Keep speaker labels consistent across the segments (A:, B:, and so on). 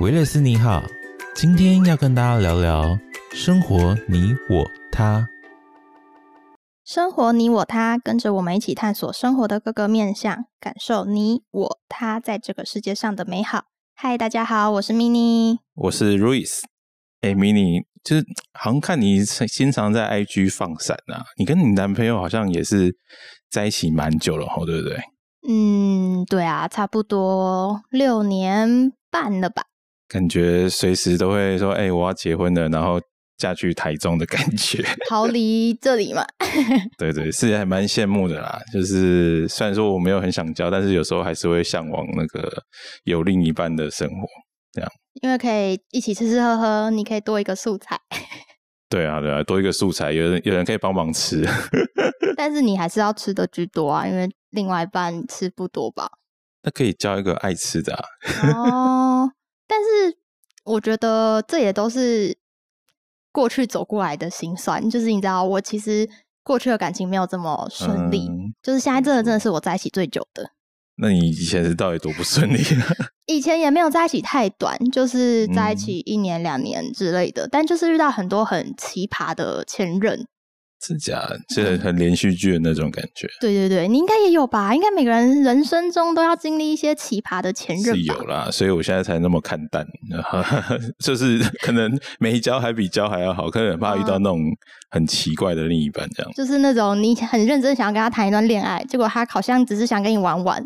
A: 维勒斯你好，今天要跟大家聊聊生活你我他。
B: 生活你我他，跟着我们一起探索生活的各个面向，感受你我他在这个世界上的美好。嗨，大家好，我是 mini。
A: 我是 Ruiz。哎、m i n i 就是好像看你经常在 IG 放闪啊，你跟你男朋友好像也是在一起蛮久了吼，对不对？
B: 嗯，对啊，差不多六年半了吧。
A: 感觉随时都会说，哎、我要结婚了，然后嫁去台中的感觉。
B: 逃离这里嘛，
A: 对对，是还蛮羡慕的啦。就是虽然说我没有很想交，但是有时候还是会向往那个有另一半的生活。
B: 因为可以一起吃吃喝喝，你可以多一个素材，
A: 对啊，对啊，多一个素材，有人有人可以帮忙吃。
B: 但是你还是要吃的居多啊，因为另外一半吃不多吧。
A: 那可以交一个爱吃的、啊，
B: 哦，但是我觉得这也都是过去走过来的辛酸，就是你知道，我其实过去的感情没有这么顺利，
A: 嗯
B: 就是现在真的真的是我在一起最久的，
A: 那你以前是到底多不顺利？啊
B: 以前也没有在一起太短，就是在一
A: 嗯
B: 起一年两年之类的，但就是遇到很多很奇葩的前任，
A: 真假的？这很连续剧的那种感觉
B: 对对对，你应该也有吧？应该每个人人生中都要经历一些奇葩的前任
A: 是
B: 吧
A: 有？啦，所以我现在才那么看淡， 就是可能没交还比交还要好，可能很怕遇
B: 嗯
A: 到那种很奇怪的另一半这样。
B: 就是那种你很认真想要跟他谈一段恋爱，结果他好像只是想跟你玩玩，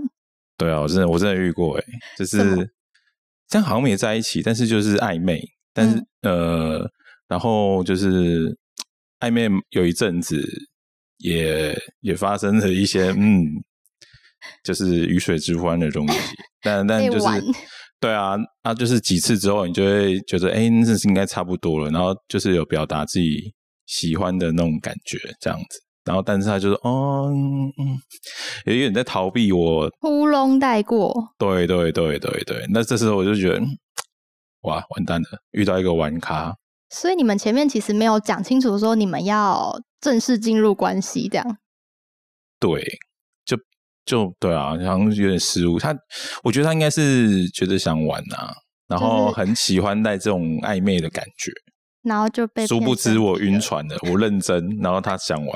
A: 对啊，我真的我真的遇过哎、就
B: 什
A: 是
B: 么
A: 这样好像没在一起，但是就是暧昧，但是、
B: 嗯
A: 呃，然后就是暧昧有一阵子也也发生了一些嗯，就是鱼水之欢的 东西，但但
B: 被
A: 就是
B: 玩
A: 对啊啊，就是几次之后你就会觉得哎、诶那是应该差不多了，然后就是有表达自己喜欢的那种感觉这样子。然后，但是他就是哦，嗯嗯，有点在逃避我
B: 呼隆带过。
A: 对对对对对，那这时候我就觉得，嗯哇，完蛋了，遇到一个玩咖。
B: 所以你们前面其实没有讲清楚说你们要正式进入关系，这样
A: 对，就就对啊，好像有点失误。他，我觉得他应该是觉得想玩啊，然后
B: 就是
A: 很喜欢带这种暧昧的感觉。
B: 然后就被
A: 殊不
B: 骗身
A: 知
B: 体
A: 我晕
B: 了，
A: 船了，我认真，然后他想玩。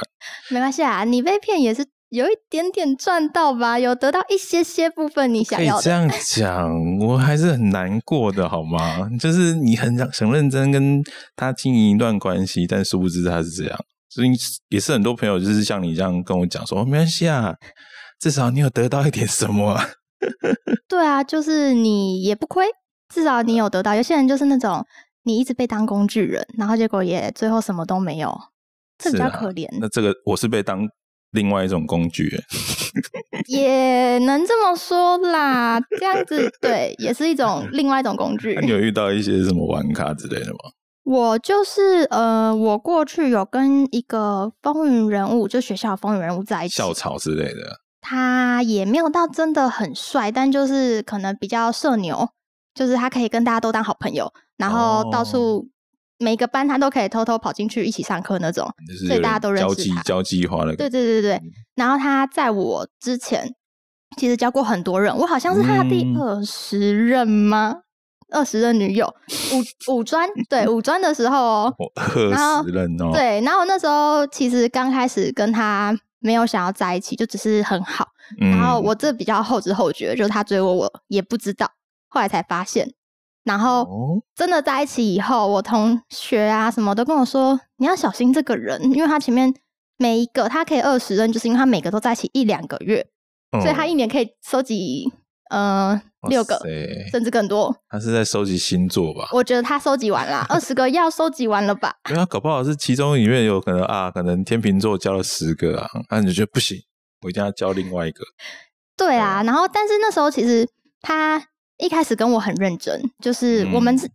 B: 没关系啊，你被骗也是有一点点赚到吧，有得到一些些部分你想
A: 可以
B: 要
A: 这
B: 的。
A: 样讲，我还是很难过的，好吗？就是你很想想认真跟他经营一段关系，但殊不知他是这样，所以也是很多朋友就是像你这样跟我讲说，哦没关系啊，至少你有得到一点什么、啊。
B: 对啊，就是你也不亏，至少你有得到。有些人就是那种你一直被当工具人，然后结果也最后什么都没有，这比
A: 是
B: 较
A: 啊
B: 可怜。
A: 那这个我是被当另外一种工具，
B: 也能这么说啦，这样子对，也是一种另外一种工具。
A: 那、你有遇到一些什么玩咖之类 的吗？
B: 我就是呃，我过去有跟一个风云人物，就学校的风云人物在一起，
A: 校草之类的，
B: 他也没有到真的很帅，但就是可能比较社牛，就是他可以跟大家都当好朋友，然后到
A: 哦
B: 处每个班他都可以偷偷跑进去一起上课那种。
A: 就是
B: 所以大家都认识
A: 交际
B: 他
A: 交际花的
B: 对
A: 感觉，
B: 对对对，然后他在我之前其实教过很多人，我好像是他的第
A: 嗯
B: 二十任吗？二十任女友，五五专对五专的时候哦，
A: 我二十人哦，
B: 对，然后我那时候其实刚开始跟他没有想要在一起，就只是很好。
A: 嗯
B: 然后我这比较后知后觉，就是他追我，我也不知道，后来才发现。然后
A: 哦
B: 真的在一起以后，我同学啊什么都跟我说，你要小心这个人，因为他前面每一个他可以二十任，就是因为他每个都在一起一两个月，所以他一年可以收集呃
A: 嗯
B: 六个
A: 哦哇塞
B: 甚至更多。
A: 他是在收集星座吧？
B: 我觉得他收集完 啦，二十个要收集完了吧？
A: 对啊，搞不好是其中里面有可能啊，可能天秤座交了十个啊，那、你就觉得不行，我一定要交另外一个。
B: 对
A: 啊
B: 啊，然后但是那时候其实他一开始跟我很认真，就是我们、
A: 嗯
B: 是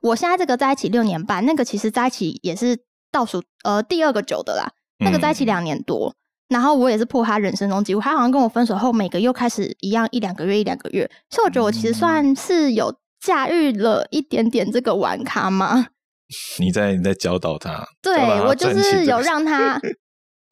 B: 我现在这个在一起六年半，那个其实在一起也是倒数呃第二个久的啦，那个在一起
A: 嗯
B: 两年多。然后我也是破他人生中记录，他好像跟我分手后，每个又开始一样一两个月一两个月，所以我觉得我其实
A: 嗯
B: 算是有驾驭了一点点这个玩咖 嘛。
A: 你在你在教导他，
B: 对
A: 教导他
B: 我就
A: 赚钱
B: 是
A: 这
B: 有
A: 个
B: 让他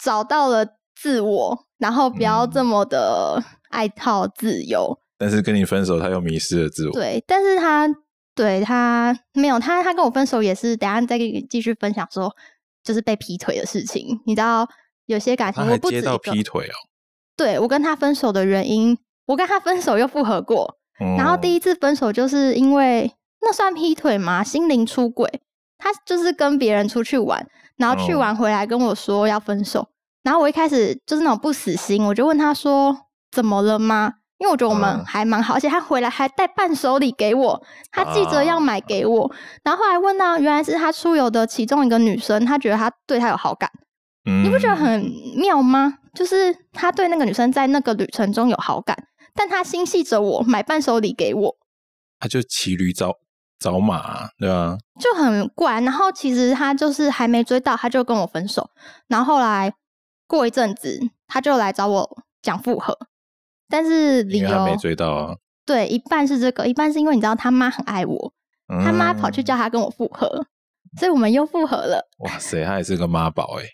B: 找到了自我，然后不要这
A: 嗯
B: 么的爱好自由。
A: 但是跟你分手，他又迷失了自我。
B: 对，但是他对他没有他，他跟我分手也是，等一下再给你继续分享说，就是被劈腿的事情。你知道有些感情
A: 他
B: 我
A: 还
B: 不止一
A: 接到
B: 个，
A: 劈腿哦。
B: 对我跟他分手的原因，我跟他分手又复合过，然后第
A: 一，
B: 一次分手就是因为那算劈腿吗？心灵出轨，他就是跟别人出去玩，然后去
A: 哦
B: 完回来跟我说要分手，然后我一开始就是那种不死心，我就问他说怎么了吗？因为我觉得我们
A: 嗯
B: 还蛮好，而且他回来还带伴手礼给我，他记着要
A: 啊
B: 买给我。然后后来问到，原来是他出游的其中一个女生，他觉得他对他有好感，你不觉得
A: 嗯
B: 很妙吗？就是他对那个女生在那个旅程中有好感，但他心系着我，买伴手礼给我，
A: 他就骑驴找找马啊，对吧？
B: 就很怪。然后其实他就是还没追到，他就跟我分手。然后后来过一阵子，他就来找我讲复合，但是理
A: 因为他没
B: 由
A: 追到啊，
B: 对一半是这个，一半是因为你知道他妈很爱我，他妈跑去
A: 嗯
B: 叫他跟我复合，所以我们又复合了。
A: 哇塞，他也是个妈宝哎、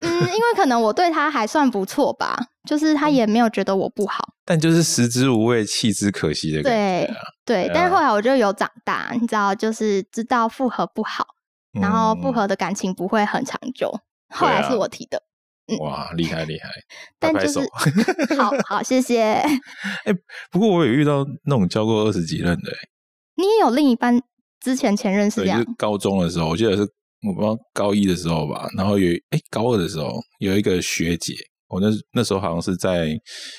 B: 嗯，因为可能我对他还算不错吧，就是他也没有觉得我不好。
A: 但就是食之无味，弃之可惜的感
B: 对
A: 觉啊、
B: 对
A: 对，
B: 但
A: 啊
B: 是后来我就有长大，你知道，就是知道复合不好，然后复
A: 嗯
B: 合的感情不会很长久。后
A: 对
B: 来
A: 啊
B: 是我提的，
A: 哇，厉害厉害！
B: 但
A: 拍
B: 就
A: 拍
B: 是
A: 手
B: 好好谢谢。
A: 不过我有遇到那种交过二十几任的、欸，
B: 你也有另一半之前前任是这
A: 对，就
B: 样
A: 是，高中的时候，我记得是我不知道高一的时候吧，然后有哎、高二的时候有一个学姐，我那那时候好像是在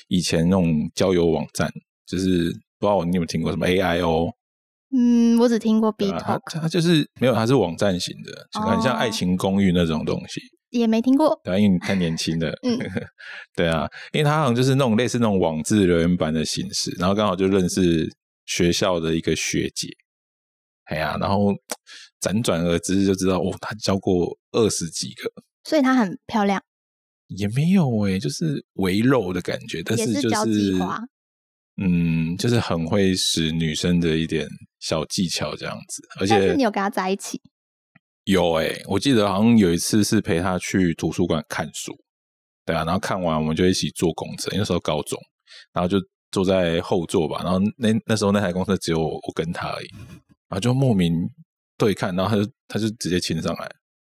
A: 以前那种交友网站，就是不知道你有没有听过什么 AIO，
B: 嗯，我只听过 B
A: 对啊它
B: Talk，
A: 它就是没有，它是网站型的，就很像
B: 哦
A: 《爱情公寓》那种东西。
B: 也没听过。
A: 对啊，因为你太年轻了。
B: 嗯
A: 对啊，因为他好像就是那种类似那种网志留言板的形式，然后刚好就认识学校的一个学姐，哎呀、然后辗转而知就知道，哦，他交过二十几个，
B: 所以她很漂亮，
A: 也没有诶、就是围肉的感觉，但
B: 也
A: 就是
B: 交
A: 是
B: 际花
A: 嗯，就是很会使女生的一点小技巧这样子，而
B: 但
A: 且
B: 是你有跟她在一起，
A: 有诶、我记得好像有一次是陪他去图书馆看书，对啊，然后看完我们就一起坐公车，因为那时候高中，然后就坐在后座吧，然后那那时候那台公车只有我我跟他而已，然后就莫名对看，然后他就他就直接亲上来，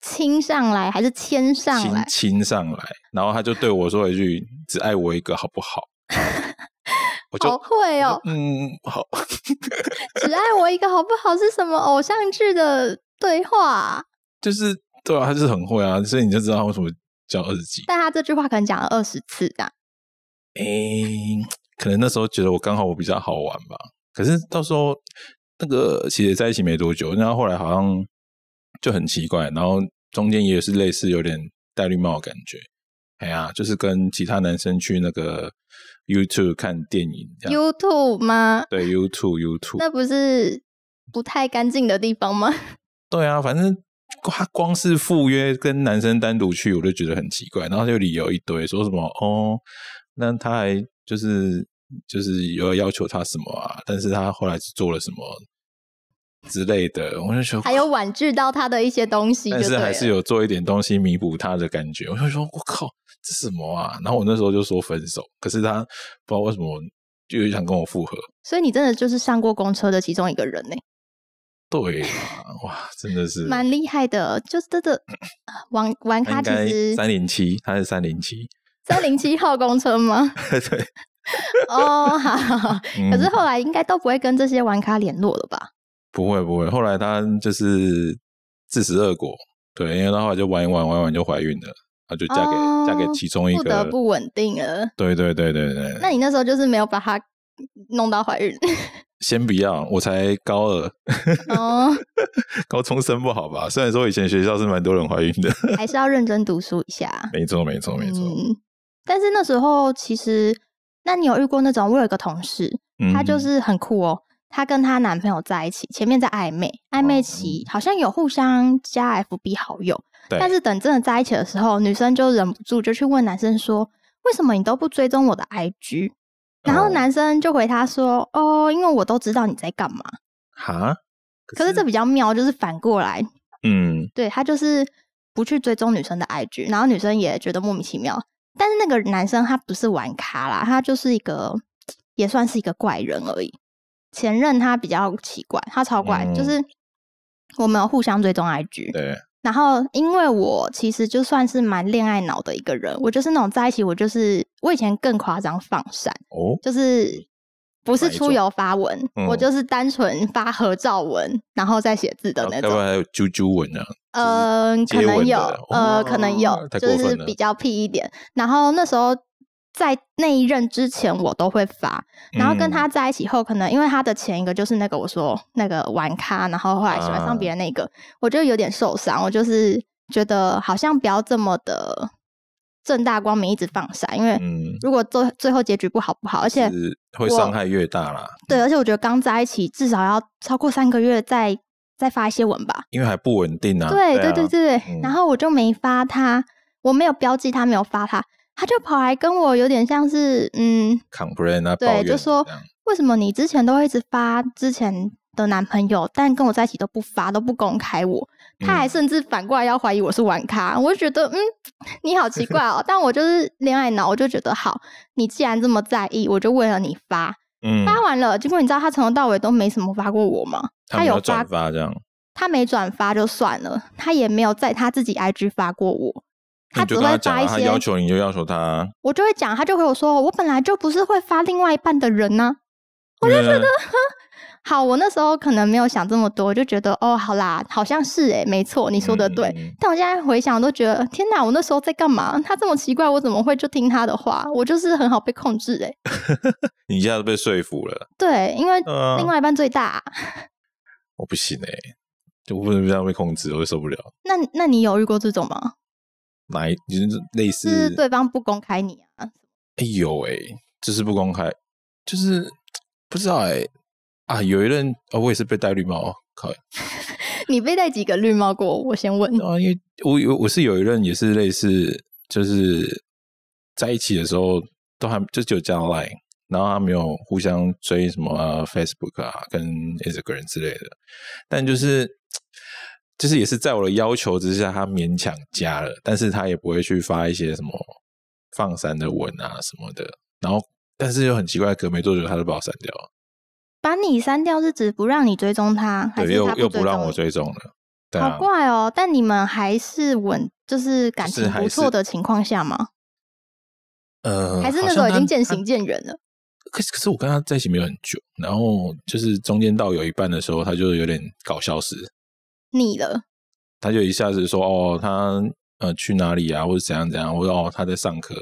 B: 亲上来还是牵上来？
A: 亲亲上来，然后他就对我说了一句“只爱我一个，好不好？”我就
B: 好会哦，
A: 嗯好，
B: 只爱我一个好不好？是什么偶像剧的对话啊？
A: 就是对啊，他就是很会啊，所以你就知道他为什么叫二十几。
B: 但他这句话可能讲了二十次这样。
A: 诶、可能那时候觉得我刚好我比较好玩吧。可是到时候那个其实在一起没多久，然后后来好像就很奇怪，然后中间也是类似有点戴绿帽的感觉。哎呀，就是跟其他男生去那个 YouTube 看电影这样。
B: YouTube 吗？
A: 对 YouTube YouTube，
B: 那不是不太干净的地方吗？
A: 对啊，反正他光是赴约跟男生单独去，我就觉得很奇怪。然后就理由一堆，说什么哦，那他还就是就是有要求他什么啊，但是他后来是做了什么之类的，我就觉得
B: 还有婉拒到他的一些东西就
A: 但
B: 对了，
A: 是还是有做一点东西弥补他的感觉。我就说，我靠，这什么啊？然后我那时候就说分手，可是他不知道为什么就想跟我复合。
B: 所以你真的就是上过公车的其中一个人呢、
A: 对啊，哇，真的是
B: 蛮厉害的。就是真的玩玩
A: 他
B: 咖
A: 应
B: 其
A: 该
B: 实
A: 三零七，他是三零七，
B: 三零七号公车吗？
A: 对。
B: 哦，好好好可是
A: 嗯
B: 后来应该都不会跟这些玩咖联络了吧？
A: 不会不会，后来她就是自食恶果，对，因为她后来就玩一玩玩一玩就怀孕了，她就嫁给、
B: 哦
A: 嫁给其中一
B: 不
A: 个，
B: 得不稳定了。
A: 对对对对对，
B: 那你那时候就是没有把他弄到怀孕
A: 先不要，我才高二，
B: 哦，
A: 高中生不好吧？虽然说以前学校是蛮多人怀孕的，
B: 还是要认真读书一下。
A: 没错没错没错，
B: 嗯，但是那时候其实，那你有遇过那种？我有一个同事，
A: 嗯
B: 她就是很酷哦。她跟她男朋友在一起，前面在暧昧，暧昧期好像有互相加 FB 好友，
A: 哦对
B: 但是等真的在一起的时候，女生就忍不住就去问男生说：“为什么你都不追踪我的 IG？” 然后
A: 哦
B: 男生就回她说：“哦，因为我都知道你在干嘛。
A: 哈，”
B: 可是这比较妙，就是反过来，
A: 嗯
B: 对他就是不去追踪女生的 IG，然后女生也觉得莫名其妙。但是那个男生他不是玩咖啦，他就是一个也算是一个怪人而已。前任他比较奇怪，他超怪，
A: 嗯
B: 就是我们有互相追踪 IG，
A: 对，
B: 然后，因为我其实就算是蛮恋爱脑的一个人，我就是那种在一起，我就是我以前更夸张放闪，
A: 哦，
B: 就是不是
A: 哪一种
B: 出游发文，
A: 嗯
B: 我就是单纯发合照文，然后再写字的那
A: 要不
B: 种。
A: 然还有啾啾文啊，
B: 嗯、
A: 接
B: 可
A: 吻的
B: 能有，
A: 哦
B: 呃，可能有，
A: 太过
B: 就
A: 分
B: 是
A: 了
B: 比较屁一点。然后那时候在那一任之前，我都会发。然
A: 嗯
B: 后跟他在一起后，可能因为他的前一个就是那个我说那个玩咖，然后后来喜欢上别
A: 啊
B: 人那个，我就有点受伤。我就是觉得好像不要这么的正大光明一直放闪，因为
A: 嗯，
B: 如果最最后结局不好不好，而且
A: 嗯，是会伤害越大啦，
B: 对，而且我觉得刚在一起至少要超过三个月再再发一些文吧。
A: 因为还不稳定啊。
B: 对
A: 啊
B: 对对，对
A: 嗯
B: 对，然后我就没发他，我没有标记他没有发他，他就跑来跟我有点像是嗯，
A: complain 啊，
B: 对
A: 抱怨
B: 就说
A: 这样
B: 为什么你之前都会一直发之前的男朋友，但跟我在一起都不发，都不公开我？他还
A: 嗯
B: 甚至反过来要怀疑我是玩咖，我就觉得嗯，你好奇怪 哦。但我就是恋爱脑，我就觉得好，你既然这么在意，我就为了你发，
A: 嗯，
B: 发完了，结果你知道他从头到尾都没什么发过我吗？
A: 他们
B: 有
A: 要
B: 发
A: 转发这样，
B: 他没转发就算了，他也没有在他自己 IG 发过我，
A: 那你
B: 只
A: 就跟他
B: 会
A: 讲
B: 发一
A: 啊，他要
B: 些。
A: 求你就要求他，
B: 我就会讲，他就回我说：“我本来就不是会发另外一半的人呢、
A: 我就觉得
B: 好，我那时候可能没有想这么多，我就觉得哦，好啦，好像是诶、没错，你
A: 你
B: 说的对。
A: 嗯
B: 但我现在回想，我都觉得天哪，我那时候在干嘛？他这么奇怪，我怎么会就听他的话？我就是很好被控制诶、
A: 你一下子被说服了，
B: 对，因为
A: 嗯，
B: 另外一半最大啊、
A: 我不行哎，就不能这样被控制，我会受不了。
B: 那那你有遇过这种吗？
A: 哪一就是类似
B: 是对方不公开你啊？
A: 哎有哎、就是不公开，就是不知道哎、啊，有一任哦，我也是被戴绿帽，靠
B: 你被戴几个绿帽过？我先问。哦
A: 啊，因为我有我是有一任也是类似，就是在一起的时候都还就只有加 Line，然后他没有互相追什么、啊、Facebook 啊跟 Instagram 之类的，但就是就是也是在我的要求之下，他勉强加了，但是他也不会去发一些什么放闪的文啊什么的，然后但是又很奇怪，隔没多久他就把我删掉了，
B: 把你删掉是指不让你追踪他，还
A: 对，
B: 是
A: 又
B: 他
A: 又
B: 追
A: 不让
B: 踪
A: 我
B: 你？
A: 追踪了，对啊
B: 好，怪哦！但你们还是稳，就是感
A: 就是
B: 情
A: 还
B: 不错
A: 是
B: 的情况下吗？
A: 呃，
B: 还是
A: 好
B: 那时
A: 像
B: 候已
A: 他
B: 经渐
A: 他
B: 行渐远了？
A: 可是可是我跟他在一起没有很久，然后就是中间到有一半的时候，他就有点搞消失，
B: 腻了？
A: 他就一下子说哦，他呃去哪里啊，或者怎样怎样，或者哦他在上课，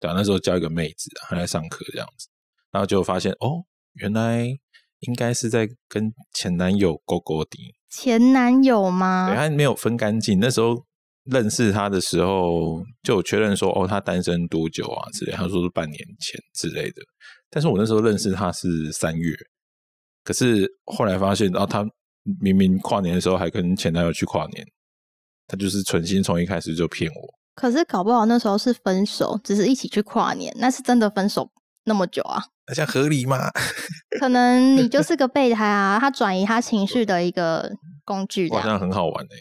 A: 对啊，那时候教一个妹子，啊她在上课这样子，然后就发现哦，原来应该是在跟前男友勾勾搭，
B: 前男友
A: 对啊
B: 吗？
A: 他没有分干净。那时候认识他的时候，就有确认说，哦，他单身多久啊之类，他说是半年前之类的。但是我那时候认识他是三月，可是后来发现，然、后哦他明明跨年的时候还跟前男友去跨年，他就是存心从一开始就骗我。
B: 可是搞不好那时候是分手，只是一起去跨年，那是真的分手那么久啊？
A: 那这样合理吗？
B: 可能你就是个备胎啊，他转移他情绪的一个工具，这
A: 好
B: 样
A: 像很好玩哎、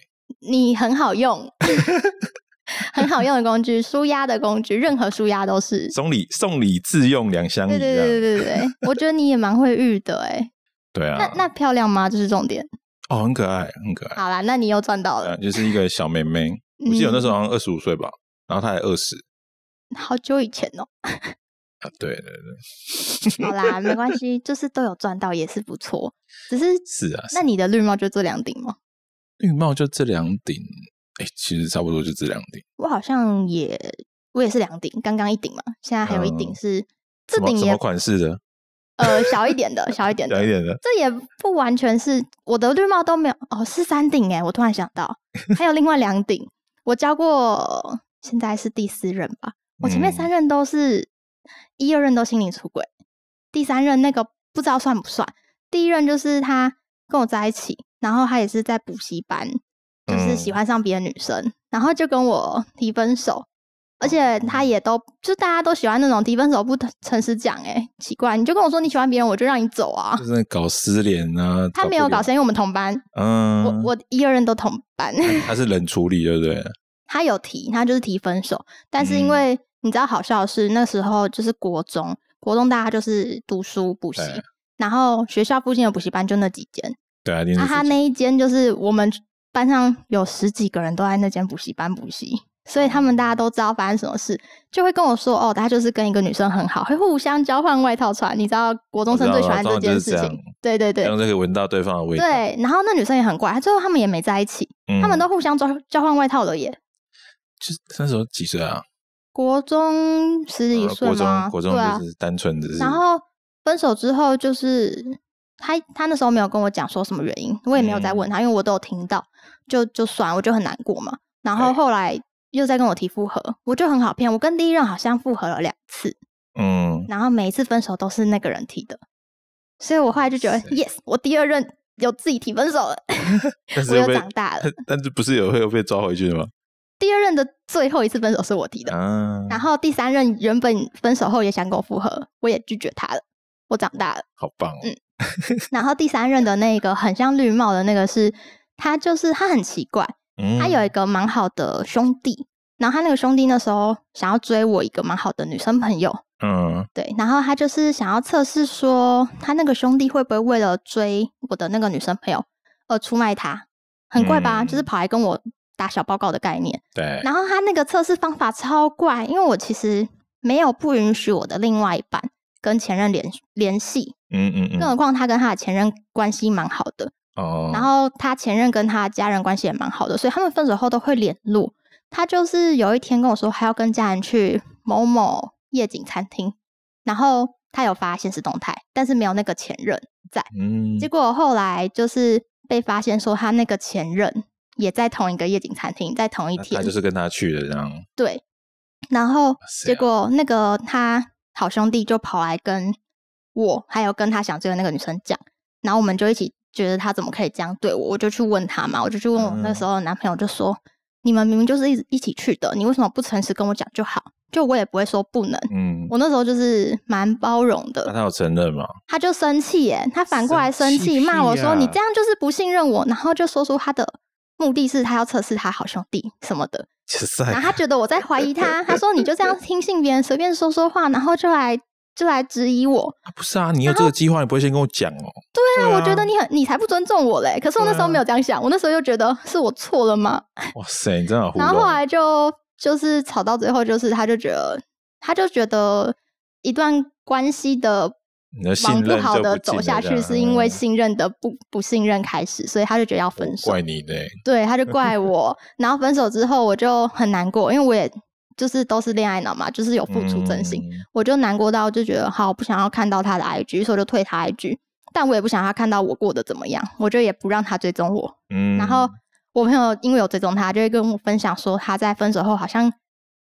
B: 你很好用， 很好用的工具，舒压的工具，任何舒压都是。
A: 送礼送礼自用两相宜
B: 对
A: 啊，
B: 对对对对对，我觉得你也蛮会遇的哎、
A: 对啊，
B: 那那漂亮吗？这是重点。
A: 哦，很可爱，很可爱。
B: 好啦，那你又赚到
A: 呃，
B: 了，
A: 就是一个小妹妹，我
B: 嗯
A: 记得我那时候好像二十五岁吧，然后她才二十，嗯
B: 好久以前 哦、
A: 啊，对对对，
B: 好啦，没关系，就是都有赚到也是不错。只是
A: 是啊。
B: 那你的绿帽就这两顶吗？
A: 绿帽就这两顶，哎、其实差不多就这两顶。
B: 我好像也我也是两顶，刚刚一顶嘛，现在还有一顶
A: 嗯
B: 是、
A: 什
B: 这
A: 么
B: 顶
A: 什
B: 也
A: 么款式的？
B: 呃小一点的，小一 点
A: 小
B: 的
A: 一，点的，
B: 这也不完全是我的绿帽都没有哦，是三顶哎，我突然想 到还有另外两顶，我教过，现在是第四任吧，我前面
A: 嗯
B: 三任都是一二任都心灵出轨，第三任那个不知道算不算，第一任就是他跟我在一起，然后他也是在补习班，就是喜
A: 嗯
B: 欢上别的女生，然后就跟我提分手。而且
A: 哦
B: 他也都就大家都喜欢那种提分手不诚实讲，哎，奇怪，你就跟我说你喜欢别人，我就让你走啊。
A: 就是那搞失联啊。
B: 他没有搞
A: 失，
B: 事，因为我们同班，
A: 嗯，
B: 我我一二任都同班。
A: 他是冷处理，对不对？
B: 他有提，他就是提分手，但是因
A: 嗯
B: 为你知道，好笑的是那时候就是国中，国中大家就是读书补习
A: 对，
B: 然后学校附近的补习班就那几间，
A: 对啊，一定是
B: 那、
A: 自己、
B: 他那一间就是我们班上有十几个人都在那间补习班补习，所以他们大
A: 哦
B: 家都知道发生什么事，就会跟我说哦，他就是跟一个女生很好，会互相交换外套穿。你知道国中生最喜欢
A: 哦我知道
B: 件
A: 我
B: 事
A: 知道就是
B: 情，对对对
A: 让这个闻到对方的味道。
B: 对。然后那女生也很怪，最后他们也没在一起，
A: 嗯，
B: 他们都互相交交换外套了耶。
A: 就是那时候几岁啊？
B: 国中十几
A: 呃
B: 岁
A: 国
B: 吗？
A: 中国中
B: 对啊
A: 就，是单纯只是，
B: 然后分手之后，就是他他那时候没有跟我讲说什么原因，我也没有再
A: 嗯
B: 问他，因为我都有听到，就就算我就很难过嘛。然后
A: 对
B: 后来又在跟我提复合，我就很好骗，我跟第一任好像复合了两次，
A: 嗯，
B: 然后每一次分手都是那个人提的，所以我后来就觉得
A: 塞
B: ，yes，我第二任有自己提分 手了，
A: 但
B: 我
A: 是又
B: 又
A: 被
B: 长大了。
A: 但是不是有会有被抓回去的吗？
B: 第二任的最后一次分手是我提的，
A: 啊，
B: 然后第三任原本分手后也想跟我复合，我也拒绝他了，我长 大了。
A: 好棒哦！
B: 然后第三任的那个很像绿帽的那个是，他就是他很奇怪，
A: 嗯，
B: 他有一个蛮好的兄弟，然后他那个兄弟那时候想要追我一个蛮好的女生朋友，
A: 嗯
B: 对，然后他就是想要测试说他那个兄弟会不会为了追我的那个女生朋友而出卖他，很怪吧？
A: 嗯
B: 就是跑来跟我打小报告的概念。
A: 对，
B: 然后他那个测试方法超怪，因为我其实没有不允许我的另外一半跟前任联联系，
A: 嗯嗯
B: 更
A: 嗯
B: 何况他跟他的前任关系蛮好的，
A: 哦，
B: 然后他前任跟他家人关系也蛮好的，所以他们分手后都会联络。他就是有一天跟我说，还要跟家人去某某夜景餐厅，然后他有发现实动态，但是没有那个前任。
A: 嗯
B: 结果后来就是被发现说，他那个前任也在同一个夜景餐厅，在同一
A: 那
B: 天
A: 他。就是跟他去的这样，
B: 对，然后
A: 塞
B: 结
A: 啊
B: 果那个他好兄弟就跑来跟我，还有跟他想追的那个女生讲，然后我们就一起觉得他怎么可以这样对我，我就去问他嘛，我就去问我那
A: 嗯
B: 时候的男朋友，就说、你们明明就是一一起去的，你为什么不诚实跟我讲就好？就我也不会说不能，
A: 嗯，
B: 我那时候就是蛮包容
A: 那
B: 的，
A: 他有承认吗？
B: 他就生气耶，他反过来生
A: 啊生气
B: 气骂我说
A: 屁呀
B: 你这样就是不信任我，然后就说出他的目的是他要测试他好兄弟什么的，
A: 其实
B: 然后他觉得我在怀疑他，他说你就 这样听信别人随便说说话，然后就来就来质疑我。
A: 不是啊，你有这个计划，你不会先跟我讲哦？
B: 对啊，
A: 对啊啊
B: 我觉得你很你才不尊重我嘞。可是我那时候没有这样想，我那时候就觉得是我错了嘛。
A: 哇塞，你真的好糊
B: 然后后
A: 弄。
B: 来就就是吵到最后，就是他就觉得他就觉得一段关系的
A: 你的信
B: 往不
A: 任
B: 好
A: 就
B: 的
A: 不
B: 走
A: 见
B: 下
A: 了这
B: 去，
A: 样
B: 是因为
A: 嗯
B: 信任的不不信任开始，所以他就觉得要分
A: 我
B: 手。
A: 怪你呢，
B: 对，他就 怪我。然后分手之后，我就很难过，因为我也就是都是恋爱脑嘛，就是有付出真心。
A: 嗯
B: 我就难过到就觉得好不想要看到他的 IG，所以我就退他 IG，但我也不想他看到我过得怎么样，我就也不让他追踪我。
A: 嗯，
B: 然后我朋友因为有追踪他，就会跟我分享说他在分手后好像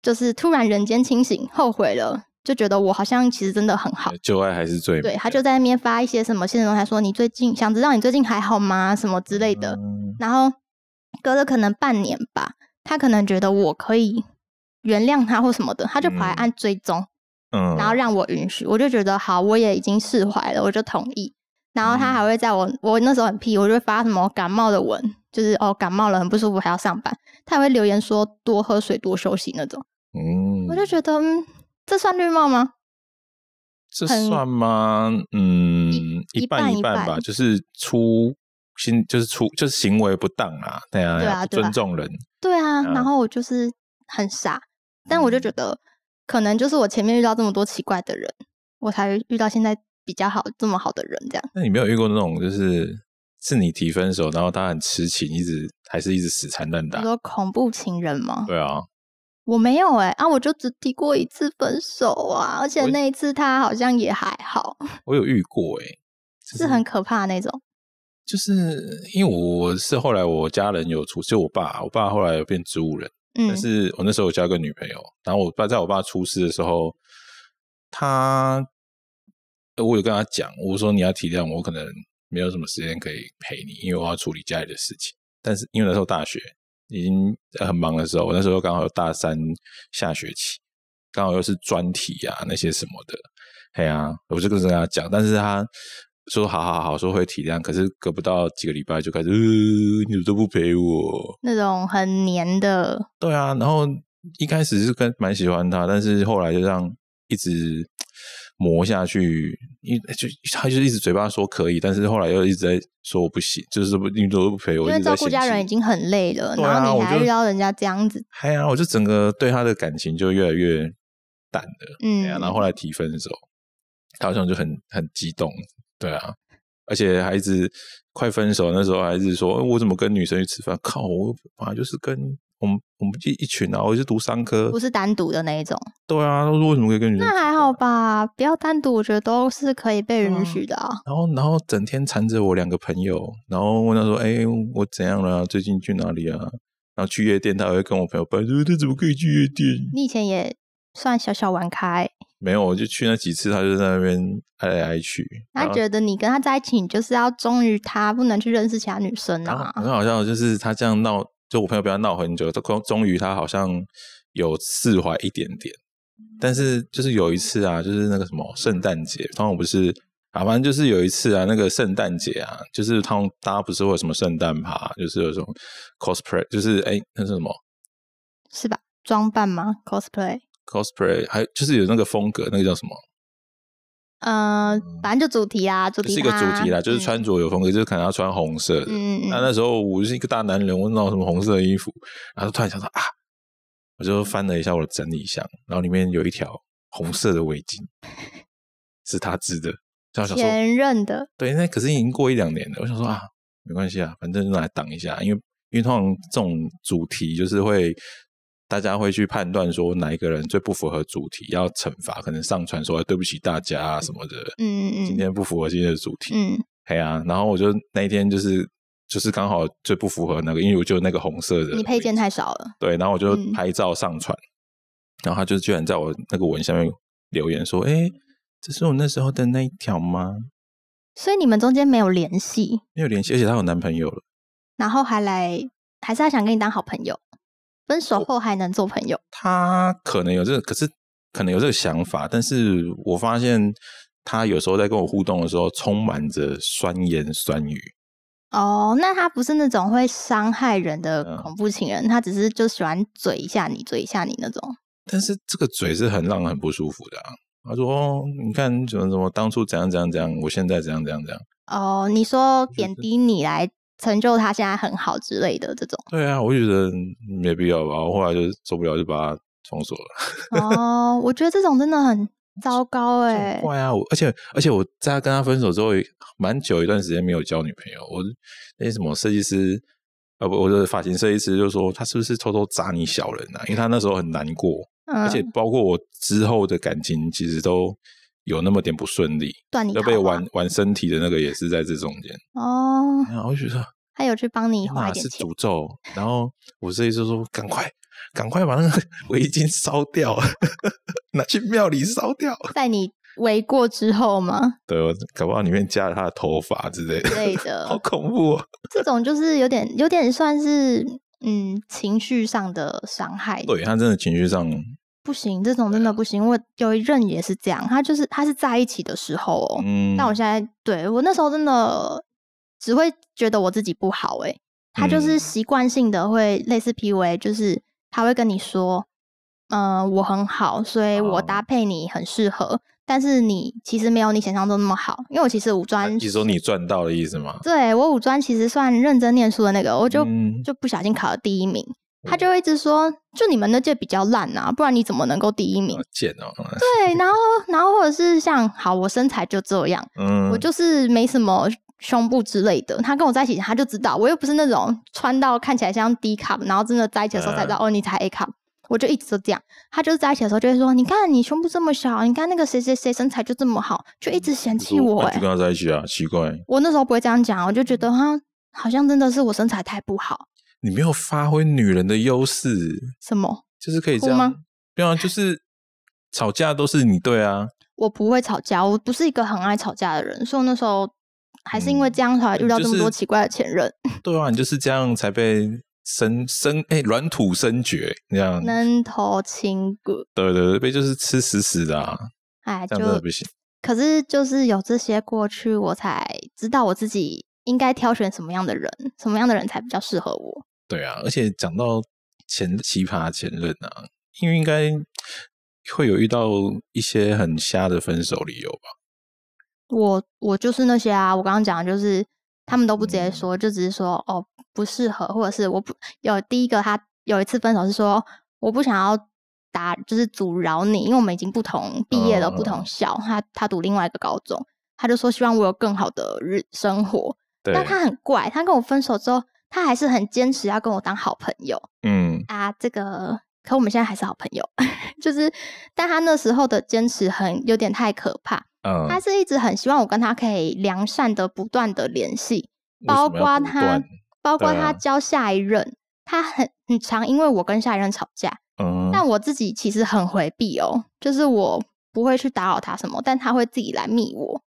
B: 就是突然人间清醒，后悔了，就觉得我好像其实真的很好。
A: 旧爱还是最美嗯
B: 对，他就在那边发一些什么现实动态，说你最近想知道你最近还好吗什么之类的。
A: 嗯
B: 然后隔了可能半年吧，他可能觉得我可以原谅他或什么的，他就跑来
A: 嗯
B: 按追踪。
A: 嗯，
B: 然后让我允许，我就觉得好，我也已经释怀了，我就同意。然后他
A: 嗯
B: 还会在我我那时候很屁，我就会发什么感冒的文，就是哦感冒了很不舒服还要上班，他还会留言说多喝水多休息那种。
A: 嗯，
B: 我就觉得、嗯、这算绿帽吗？
A: 这
B: 很
A: 算吗？嗯，
B: 一
A: 一
B: 半
A: 半
B: 一
A: 半吧，
B: 半
A: 就是出心就是出就是行为不当啊，对啊，
B: 对啊
A: 不
B: 对啊
A: 尊重人，
B: 对啊，
A: 嗯
B: 然后我就是很傻，但我就觉得可能就是我前面遇到这么多奇怪的人，我才遇到现在比较好这么好的人这样。
A: 那你没有遇过那种就是是你提分手，然后他很痴情，一直还是一直死缠烂
B: 你
A: 打？
B: 说恐怖情人吗？
A: 对啊，
B: 我没有哎、啊，我就只提过一次分手啊，而且
A: 我
B: 那一次他好像也还好，
A: 我有遇过诶、就是
B: 很可怕的那种。
A: 就是因为我是后来我家人有出，就我爸，我爸后来有变植物人，
B: 嗯
A: 但是我那时候有交一个女朋友，然后我爸在我爸出事的时候，他呃我有跟他讲，我说你要体谅我，我可能没有什么时间可以陪你，因为我要处理家里的事情。但是因为那时候大学已经很忙的时候，我那时候刚好有大三下学期，刚好又是专题啊那些什么的，嘿啊，我就跟着跟他讲，但是他说好好好，说会体谅，可是隔不到几个礼拜就开始，呃，你怎么都不陪我，
B: 那种很黏的，
A: 对啊，然后一开始是跟蛮喜欢他，但是后来就让一直磨下去，因为就他就一直嘴巴说可以，但是后来又一直在说我不行，就是不你都不陪我，
B: 因为
A: 一直在
B: 照顾
A: 嫌
B: 家
A: 弃
B: 人已经很累了，
A: 对啊
B: 然后你
A: 我
B: 还
A: 就
B: 遇到人家这样子，
A: 哎呀，我就整个对他的感情就越来越淡了。
B: 嗯
A: 对啊，然后后来提分手，他好像就很很激动，对啊，而且还一直快分手那时候还是说，哎我怎么跟女生去吃饭？靠，我本来就是跟我们我们一一群啊，我是读商科
B: 不，是单独的那一种，
A: 对啊，他说为什么可以跟女生？
B: 那还好。吧，不要单独，我觉得都是可以被
A: 对啊
B: 允许的啊、
A: 然后，然后整天缠着我两个朋友，然后问他说：“哎、我怎样了、最近去哪里啊？”然后去夜店，他还会跟我朋友拜说：“他怎么可以去夜店？
B: 你以前也算小小玩开，
A: 没有，我就去那几次，他就在那边挨来挨去。
B: 他觉得你跟他在一起，你就是要忠于他，不能去认识其他女生
A: 然后
B: 啊。
A: 很好笑，就是他这样闹，就我朋友被他闹很久，他终终于他好像有释怀一点点。但是就是有一次啊，就是那个什么圣诞节，通常不是啊，反正就是有一次啊，那个圣诞节啊，就是他们大家不是会有什么圣诞趴，就是有什么 cosplay，就是哎那是什么
B: 是吧？装扮吗？cosplay，
A: cosplay，还就是有那个风格，那个叫什么？
B: 呃，反正就主题啊，主
A: 嗯就是
B: 题
A: 一个
B: 趴
A: 主题啦，就是
B: 嗯
A: 穿着有风格，就是可能要穿红色的。
B: 嗯嗯
A: 那
B: 嗯，
A: 那时候我是一个大男人，我闹什么红色的衣服，然后突然想到啊，我就翻了一下我的整理箱，然后里面有一条红色的围巾，是他织的。然后想说，
B: 前任的，
A: 对，那可是已经过一两年了。我想说啊，没关系啊，反正就拿来挡一下，因为因为通常这种主题就是会大家会去判断说哪一个人最不符合主题，要惩罚，可能上传说哎对不起大家啊什么的，
B: 嗯
A: 今
B: 嗯
A: 天不符合今天的主题。
B: 嗯
A: 嘿啊，然后我就那一天就是就是刚好最不符合那个，因为我就那个红色的
B: 嗯，你配
A: 围
B: 件
A: 巾
B: 太少了，
A: 对，然后我就
B: 嗯
A: 拍照上传，然后他就居然在我那个文下面留言说：“哎、这是我那时候的那一条吗？
B: 所以你们中间没有联系，
A: 没有联系，而且她有男朋友了。
B: 然后还来，还是他想跟你当好朋友，分手后还能做朋友，
A: 她可能有这个，可是可能有这个想法，但是我发现她有时候在跟我互动的时候，充满着酸言酸语。
B: 哦，那他不是那种会伤害人的
A: 嗯
B: 恐怖情人，他只是就喜欢嘴一下你，嘴一下你那种。
A: 但是这个嘴是很让人很不舒服的、啊。他说：“哦，你看怎么怎么，当初怎样怎样怎样，我现在怎样怎样怎样。
B: 哦，你说
A: 觉
B: 贬
A: 得
B: 低你来成就他现在很好之类的这种。”
A: 对啊，我就觉得没必要吧。我后来就受不了，就把他封锁了。
B: 哦，我觉得这种真 的很糟糕哎、
A: 很怪啊！我而且而且我在跟他分手之后，蛮久一段时间没有交女朋友。我那些什么设计师，呃不，我的发型设计师就说他是不是偷偷扎你小人啊？因为他那时候很难过，
B: 嗯，
A: 而且包括我之后的感情，其实都有那么点不顺利，
B: 断你
A: 要
B: 桃
A: 被
B: 花
A: 玩玩身体的那个也是在这中间。
B: 哦，
A: 然后我就觉得
B: 他有去帮你花
A: 哪
B: 一点
A: 是
B: 钱，
A: 诅咒？然后我设计师说：“赶快，赶快把那个围巾烧掉， 拿去庙里烧掉。
B: 在你围过之后嘛”
A: 对，我搞不好里面加了他的头发之类
B: 之
A: 的，
B: 类
A: 好
B: 的，
A: 恐怖、哦。
B: 这种就是有点有点算是嗯情绪上的伤害。
A: 对啊他真的情绪上，
B: 不行，这种真的不行。我有一任也是这样，他就是他是在一起的时候哦，
A: 嗯，
B: 但我现在对我那时候真的只会觉得我自己不好诶、他就是
A: 嗯
B: 习惯性的会类似 PUA，就是他会跟你说，嗯、我很好，所以我
A: 哦
B: 搭配你很适合，但是你其实没有你想象中那么好，因为我其实五专
A: 你，说你赚到的意思吗？
B: 对我五专其实算认真念书的那个，我就、
A: 嗯哦
B: 就不小心考了第一名。他就会一直说，就你们那届比较烂啊，不然你怎么能够第一名
A: 好？贱哦，
B: 对，然后然后或者是像好，我身材就这样，
A: 嗯，
B: 我就是没什么胸部之类的。他跟我在一起，他就知道我又不是那种穿到看起来像 D cup，然后真的在一起的时候才知
A: 嗯
B: 道、哦，你才 A cup。我就一直都这样，他就是在一起的时候就会说：“你看你胸部这么小，你看那个谁谁谁身材就这么好，就一直嫌
A: 就嗯
B: 弃
A: 说
B: 我。”
A: 那
B: 哎
A: 就，跟他在一起啊，嗯奇怪，
B: 我那时候不会这样讲，我就觉得哈，好像真的是我身材太不好，
A: 你没有发挥女人的优势，
B: 什么
A: 就是可以这
B: 哭吗
A: 样，对啊，就是吵架都是你对啊，
B: 我不会吵架，我不是一个很爱吵架的人，所以我那时候还是因
A: 嗯
B: 为这样才遇到这么多奇怪的前任。
A: 对啊，你就是这样才被生生哎软土生绝，这样
B: 能头青骨，
A: 对对对，被就是吃死死的、啊，
B: 哎，
A: 这
B: 就
A: 样真的不行。
B: 可是就是有这些过去，我才知道我自己应该挑选什么样的人，什么样的人才比较适合我。
A: 对啊，而且讲到前奇葩前任啊，因为应该会有遇到一些很瞎的分手理由吧？
B: 我我就是那些啊，我刚刚讲的就是他们都不直接说，就只是说哦不适合，或者是我不有第一个他有一次分手是说我不想要打，就是阻挠你，因为我们已经不同毕业了，
A: 嗯
B: 不同校，他他读另外一个高中，他就说希望我有更好的日生活，
A: 对，
B: 但他很怪，他跟我分手之后，他还是很坚持要跟我当好朋友
A: 嗯
B: 啊，这个。可我们现在还是好朋友， 就是，但他那时候的坚持很有点太可怕，
A: 嗯，
B: 他是一直很希望我跟他可以良善的不断的联系，
A: 为什
B: 包
A: 么要
B: 括
A: 不
B: 他
A: 断，
B: 包括
A: 对啊
B: 他教下一任，他很很常因为我跟下一任吵架，
A: 嗯，
B: 但我自己其实很回避哦，就是我不会去打扰他什么，但他会自己来密我。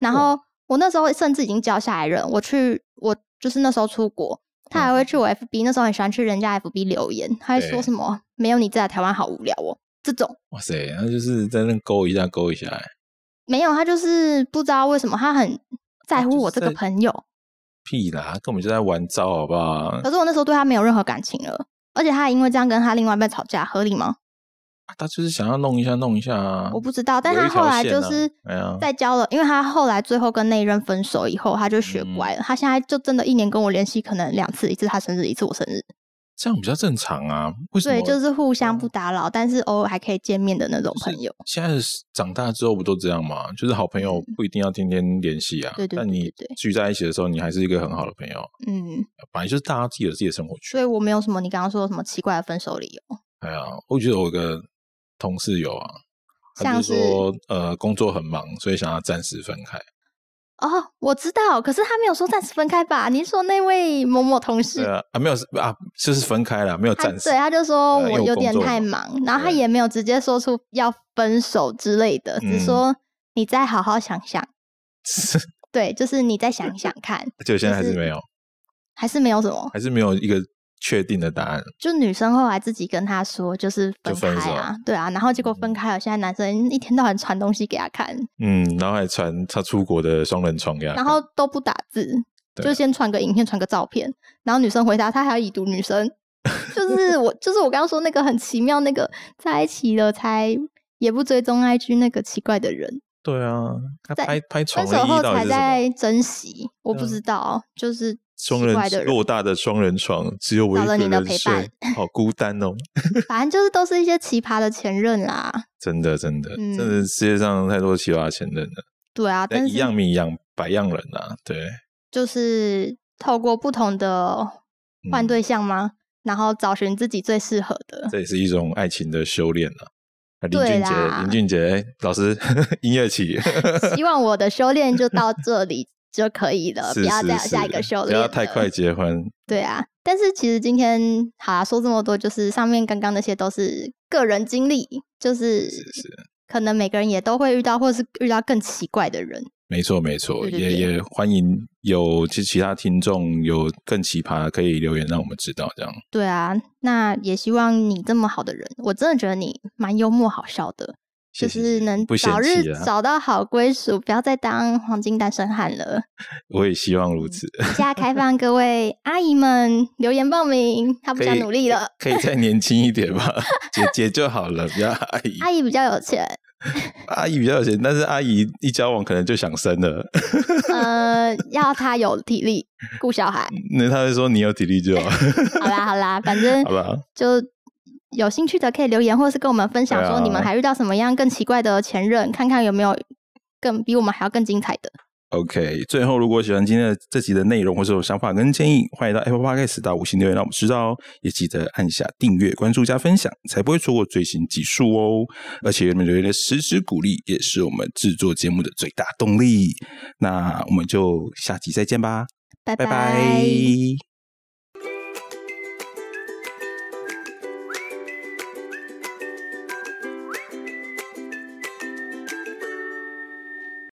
B: 然
A: 哦
B: 后我那时候甚至已经教下一任，我去我就是那时候出国，他还会去我 FB，那时候很喜欢去人家 FB 留言，他会
A: 嗯对
B: 说什么没有你在台湾好无聊哦这种。
A: 哇塞，那就是在那勾一下勾一下，欸
B: 没有，他就是不知道为什么他很
A: 哦
B: 在乎我这个朋友，
A: 嗯屁啦，他根本就在玩招，好不好？
B: 可是我那时候对他没有任何感情了，而且他还因为这样跟他另外一半吵架，合理吗？
A: 啊他就是想要弄一下弄一下啊
B: 我。不知道，但
A: 有一
B: 他
A: 条
B: 后来
A: 线
B: 就
A: 啊
B: 是
A: 哎呀
B: 在交了，因为他后来最后跟那一任分手以后，他就学
A: 嗯
B: 乖了，他现在就真的一年跟我联系可能两次，一次他生日，一次我生日，
A: 这样比较正常啊。为什么？嗯
B: 对，就是互相不打扰，但是偶尔还可以见面的那种朋友。
A: 现在长大之后不都这样吗？就是好朋友不一定要天天联系啊。
B: 嗯对对对
A: 但你
B: 对对
A: 聚在一起的时候，你还是一个很好的朋友。
B: 嗯，
A: 本来就是大家自己有自己的生活圈
B: 所。以我没有什么你刚刚说的什么奇怪的分手理由。
A: 哎呀，我觉得我有个同事有啊，他就
B: 像
A: 是
B: 是
A: 说呃工作很忙，所以想要暂时分开。
B: 哦，我知道，可是他没有说暂时分开吧？您说那位某某同事
A: 对啊，啊没有啊，就是分开了，没有
B: 他
A: 暂时
B: 对，。啊他就说
A: 呃因为
B: 我
A: 我
B: 有
A: 工
B: 点
A: 作
B: 太
A: 嘛
B: 忙，然后他
A: 对
B: 也没有直接说出要分手之类的，只
A: 嗯
B: 说你再好好想想。对，就是你再想 一想看，
A: 就现在还是
B: 就是
A: 没有，
B: 还是没有什么。
A: 还是没有一个确定的答案。
B: 就女生后来自己跟他说，就是
A: 就
B: 分
A: 分
B: 开
A: 手
B: 啊，对啊，然后结果分开了。现在男生一天到晚传东西给 他看，
A: 嗯，然后还传他出国的双人床给他看，
B: 然后都不打字，
A: 对啊
B: 就先传个影片，传个照片，然后女生回答他还要已读 女生，就是我就是我刚刚说那个很奇妙那个在一起了才也不追踪 IG 那个奇怪的人。
A: 对啊，他
B: 在
A: 拍拍床
B: 分
A: 的
B: 手
A: 意
B: 后
A: 义到底
B: 才
A: 是什么？
B: 在珍惜，我
A: 对啊
B: 不知道，就是
A: 双
B: 奇怪的
A: 人
B: 人，
A: 偌大的双人床，只有我一
B: 少
A: 个
B: 了你的
A: 人
B: 陪
A: 睡，好孤单 哦！
B: 反正就是都是一些奇葩的前任啦。
A: 真的，真的，
B: 嗯
A: 真的，世界上太多奇葩的前任了，
B: 对 啊，
A: 但
B: 但
A: 哎一
B: 是
A: 样米养百样人啊，对，
B: 就是透过不同的
A: 嗯
B: 换对象吗？然后找寻自己最适合 的。
A: 这也是一种爱情的修炼啊。啊林
B: 对
A: 俊杰，
B: 啦
A: 林俊杰哎老师，音乐 起，
B: 希望我的修炼就到 这里就可以了，
A: 是
B: 呃
A: 是
B: 不要再有
A: 是
B: 下一个修
A: 不
B: 炼，
A: 要太快。结 婚，
B: 对啊，但是其实今天好啦，说这么多，就是上面刚刚那些都是个人经历，就是
A: 是是。
B: 可能每个人也都会遇到，或是遇到更奇怪的人。
A: 没错，没错，
B: 对对
A: 也也欢迎有其其他听众有更奇葩，可以留言让我们知道。这样，
B: 对啊，那也希望你这么好的人，我真的觉得你蛮幽默好笑的，
A: 谢
B: 就
A: 谢
B: 是能
A: 不嫌
B: 早
A: 弃
B: 日
A: 啊
B: 找到好归属，不要再当黄金单身汉了。
A: 我也希望如此。
B: 现在开放各位阿姨们留言报名，她不
A: 可以
B: 想努力了，
A: 可以再年轻一点吧，姐姐就好了，不要阿 姨。
B: 阿姨比较有钱，
A: 阿姨比较有钱，但是阿姨一交往可能就想生了，
B: 呃，要她有体力顾 小孩。
A: 那她就说你有体力就好，
B: 好啦好啦，反正
A: 好吧？
B: 就有兴趣的可以留言，或是跟我们分享
A: 对啊
B: 说你们还遇到什么样更奇怪的前任，看看有没有更比我们还要更精彩的。
A: OK，最后如果喜欢今天的这集的内容或是有想法跟建议，欢迎到 Apple Podcast 打五星留言让我们知道哦，也记得按下订阅、关注加分享，才不会错过最新集数哦。而且你们留言的实质鼓励，也是我们制作节目的最大动力。那我们就下集再见吧，拜
B: 拜拜
A: 拜